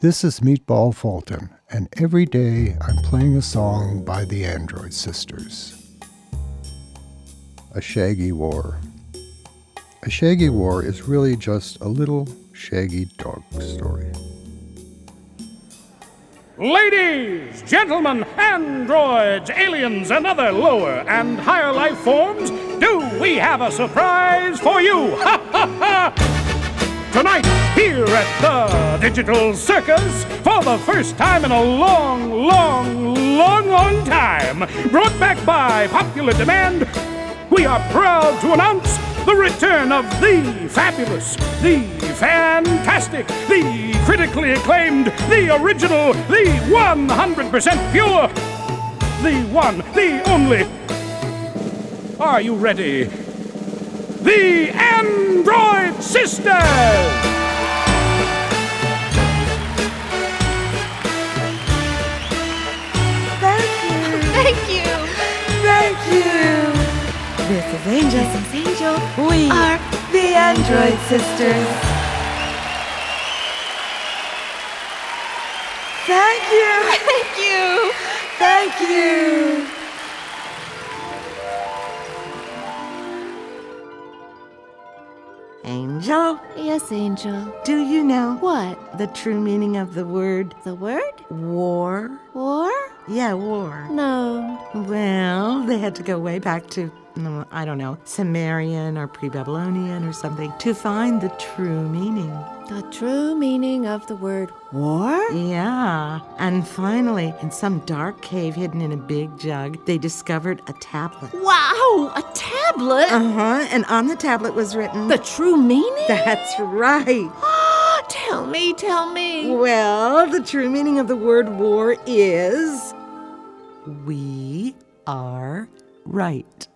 This is Meatball Fulton, and every day I'm playing a song by the Android Sisters. A Shaggy War. A Shaggy War is really just a little shaggy dog story. Ladies, gentlemen, androids, aliens, and other lower and higher life forms, do we have a surprise for you? Ha ha ha! Tonight, here at the Digital Circus, for the first time in a long, long, long, long time, brought back by popular demand, we are proud to announce the return of the fabulous, the fantastic, the critically acclaimed, the original, the 100% pure, the one, the only. Are you ready? The Android Sisters! Thank you. Thank you. This is Angel. This is Angel. We Are the Android Sisters. Thank you. Thank you. Thank you. Angel, Yes, Angel. do you know What? the true meaning of the word The word? war? War? Yeah, war. No. Well, they had to go way back to, mm, I don't know, Sumerian or pre Babylonian or something to find the true meaning. The true meaning of the word war? Yeah. And finally, in some dark cave hidden in a big jug, they discovered a tablet. Wow, a tablet? Uh huh. And on the tablet was written. the true meaning? That's right. tell me, tell me. Well, the true meaning of the word war is. We are right.